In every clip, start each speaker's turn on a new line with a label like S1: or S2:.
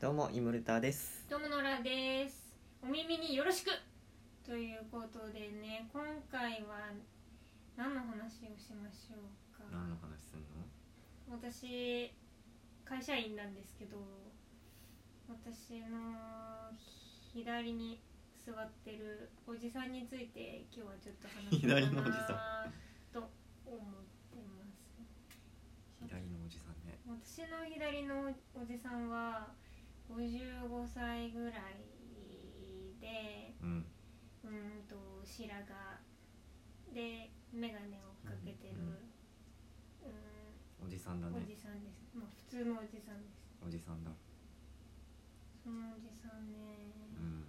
S1: どうもイムルタです
S2: どうもノラですお耳によろしくということでね今回は何の話をしましょうか
S1: 何の話すんの
S2: 私会社員なんですけど私の左に座ってるおじさんについて今日はちょっと話そう
S1: 左のおじ
S2: か
S1: さ
S2: なと思ってます
S1: 左のおじさんね
S2: 私の左のおじさんは55歳ぐらいで
S1: うん
S2: うーんと白髪で眼鏡をかけてる
S1: うん
S2: うー
S1: おじさんだ
S2: んお
S1: ね
S2: じさんです、まあ、普通のおじさんです
S1: おじさんだ
S2: そのおじさんね、
S1: うん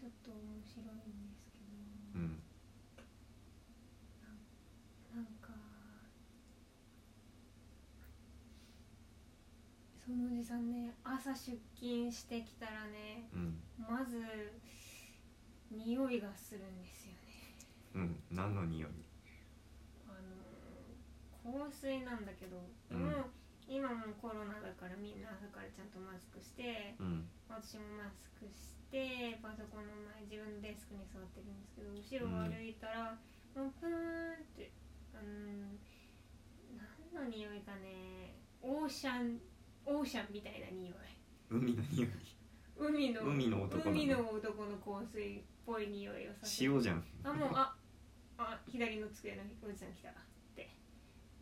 S2: ちょっと面白いんですけ
S1: う
S2: ど、
S1: ん
S2: なんかそのおじさんね朝出勤してきたらね
S1: うん
S2: まず匂いがするんです
S1: う
S2: よね
S1: ん何の匂い
S2: あの香水なんだけど、
S1: うん
S2: もう今もうコロナだからみんな朝からちゃんとマスクして
S1: うん
S2: 私もマスクしてパソコンの前自分のデスクに座ってるんですけど後ろを歩いたら、もうプーンってあの何の匂いかねオーシャンオーシャンみたいな匂い
S1: 海の匂い
S2: 海の
S1: 海の男なの
S2: 海の男の香水っぽい匂いをさせて
S1: 塩じゃん
S2: あもうああ左の机のおじさん来たって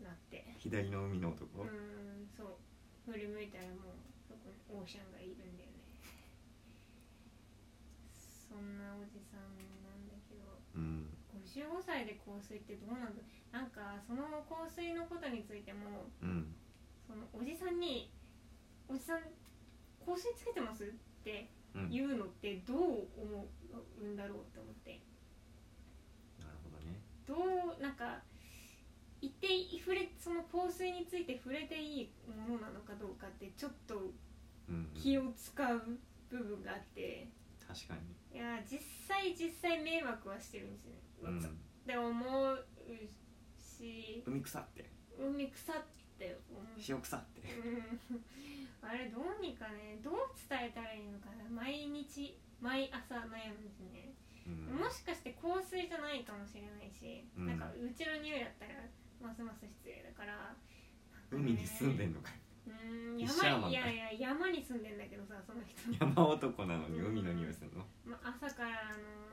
S2: なって
S1: 左の海の男
S2: うーんそう振り向いたらもうそこにオーシャンがいるんだよねそんなおじさんなんだけど
S1: うん
S2: 55歳で香水ってどうなんだなんかその香水のことについても
S1: うん
S2: そのおじさんに「おじさん香水つけてます?」って
S1: うんなる
S2: 言うのってどう思うんだろうと思って
S1: ほどね
S2: どうなんか言って触れその香水について触れていいものなのかどうかってちょっと
S1: うん
S2: 気を使う部分があって
S1: 確かに
S2: いやー実際実際迷惑はしてるんですよね、
S1: うん
S2: って思うし
S1: 海腐って
S2: 海腐って思う
S1: 塩腐って
S2: うんあれどうにかねどう伝えたらいいのかな毎日毎朝悩むんですね
S1: うん
S2: もしかして香水じゃないかもしれないし、
S1: うん
S2: なんかうちの匂いだったらますます失礼だから
S1: 海に住んで
S2: る
S1: んのかいう
S2: ーん
S1: フィッシャーマン
S2: 山にい
S1: だ
S2: やいや山に住んでんだけどさその人、
S1: 山男なのに海の匂いするの
S2: ま、朝からあの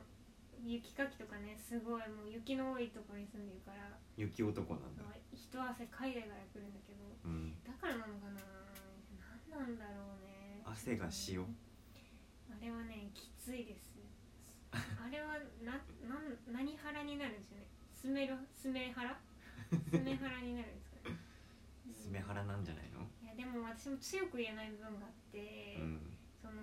S2: 雪かきとかねすごいもう雪の多いところに住んでるから、
S1: 雪男なんだ
S2: まあ、一汗海外から来るんだけど
S1: うん
S2: だからなのかな何なんだろうね
S1: 汗が塩
S2: あれはねきついですあれはななん何腹になるんですよねスメロスメ腹スメ腹になるんですかね
S1: スメハラなんじゃないの
S2: いやでも私も強く言えない部分があって、
S1: うん
S2: その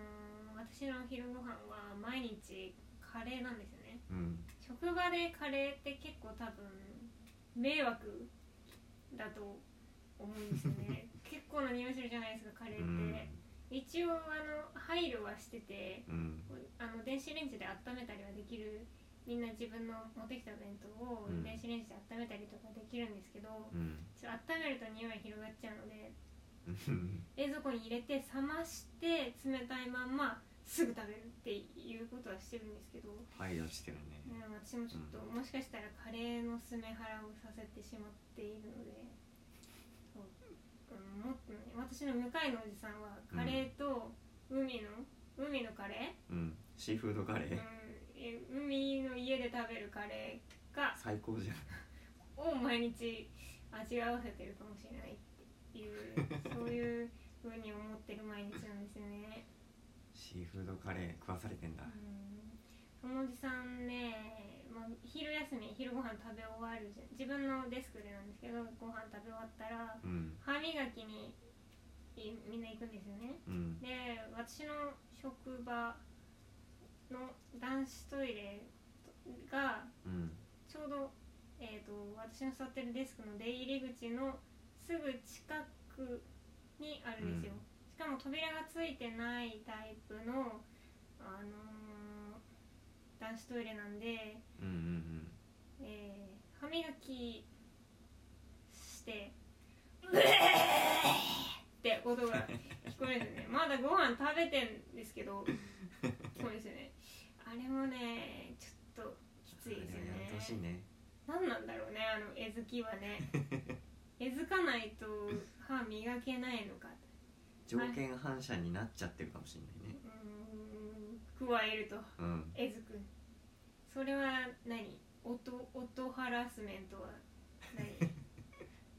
S2: 私のお昼ご飯は毎日カレーなんですよね
S1: うん
S2: 職場でカレーって結構多分迷惑だと思うんですよ ね結構な匂いするじゃないですかカレ
S1: う
S2: ー
S1: ん
S2: って、一応あの配慮はしてて
S1: うん
S2: あの電子レンジで温めたりはできるみんな自分の持ってきた弁当を
S1: うん
S2: 電子レンジで温めたりとかできるんですけど、
S1: うん
S2: ちょっと温めると匂い広がっちゃうので
S1: うん
S2: 冷蔵庫に入れて冷まして冷たいまんますぐ食べるっていうことはしてるんですけど、う
S1: 配慮してるね
S2: ん、私もちょっと、もしかしたらカレーのすめ腹をさせてしまっているのでそう、うん、もっとね私の向かいのおじさんはカレーと海の、海のカレー
S1: うんシーフードカレ
S2: うん
S1: ー
S2: え海の家で食べるカレーが
S1: 最高じゃん
S2: を毎日味合わせてるかもしれないっていうそういう風に思ってる毎日なんですよね、
S1: シーフードカレー食わされてんだ
S2: うん、そのおじさんね、まあ、昼休み昼ご飯食べ終わるじゃん自分のデスクでなんですけどご飯食べ終わったら
S1: うん
S2: 歯磨きにいみんな行くんですよね
S1: うん
S2: で私の職場の男子トイレが
S1: うん
S2: ちょうど、えー、と私の座ってるデスクの出入り口のすぐ近くにあるんですよ、
S1: うん
S2: しかも扉がついてないタイプの、あのー男子トイレなんで、
S1: うんうん
S2: えー歯磨きして「ブエー!」って音が聞 だご飯食べてんですけどそうですよねあれもねちょっときついですよ
S1: あれはやめてほしい
S2: ね
S1: ね
S2: 何なんだろうねあの絵好きは ね絵づかないと歯磨けないのか
S1: 条件反射になっちゃってるかもしれないうね
S2: ーん加えると
S1: うん
S2: 絵づくんそれは何音音ハラスメントは何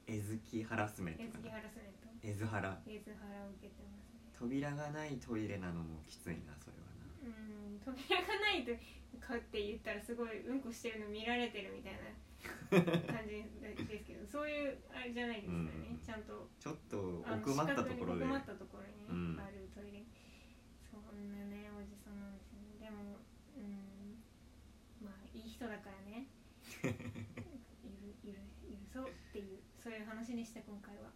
S1: 絵好きハラスメント
S2: 絵
S1: か
S2: 好き
S1: な
S2: ハラスメント
S1: 絵図ハラ
S2: 絵づハラを受けてますね
S1: 扉がないトイレなのもきついなそれはな
S2: うん扉がないとかって言ったらすごいうんこしてるの見られてるみたいな感じですけどそういうあれじゃないですからね、
S1: うん
S2: ちゃんと
S1: ちょっと
S2: あの
S1: 奥まったところで
S2: 四角に奥まったところにね、
S1: うん
S2: あるトイレそんなねおじさんなんですよねでもうんまあいい人だから ねゆるゆる許そうっていうそういう話でした今回は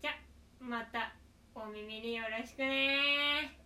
S2: じゃあまたお耳によろしくね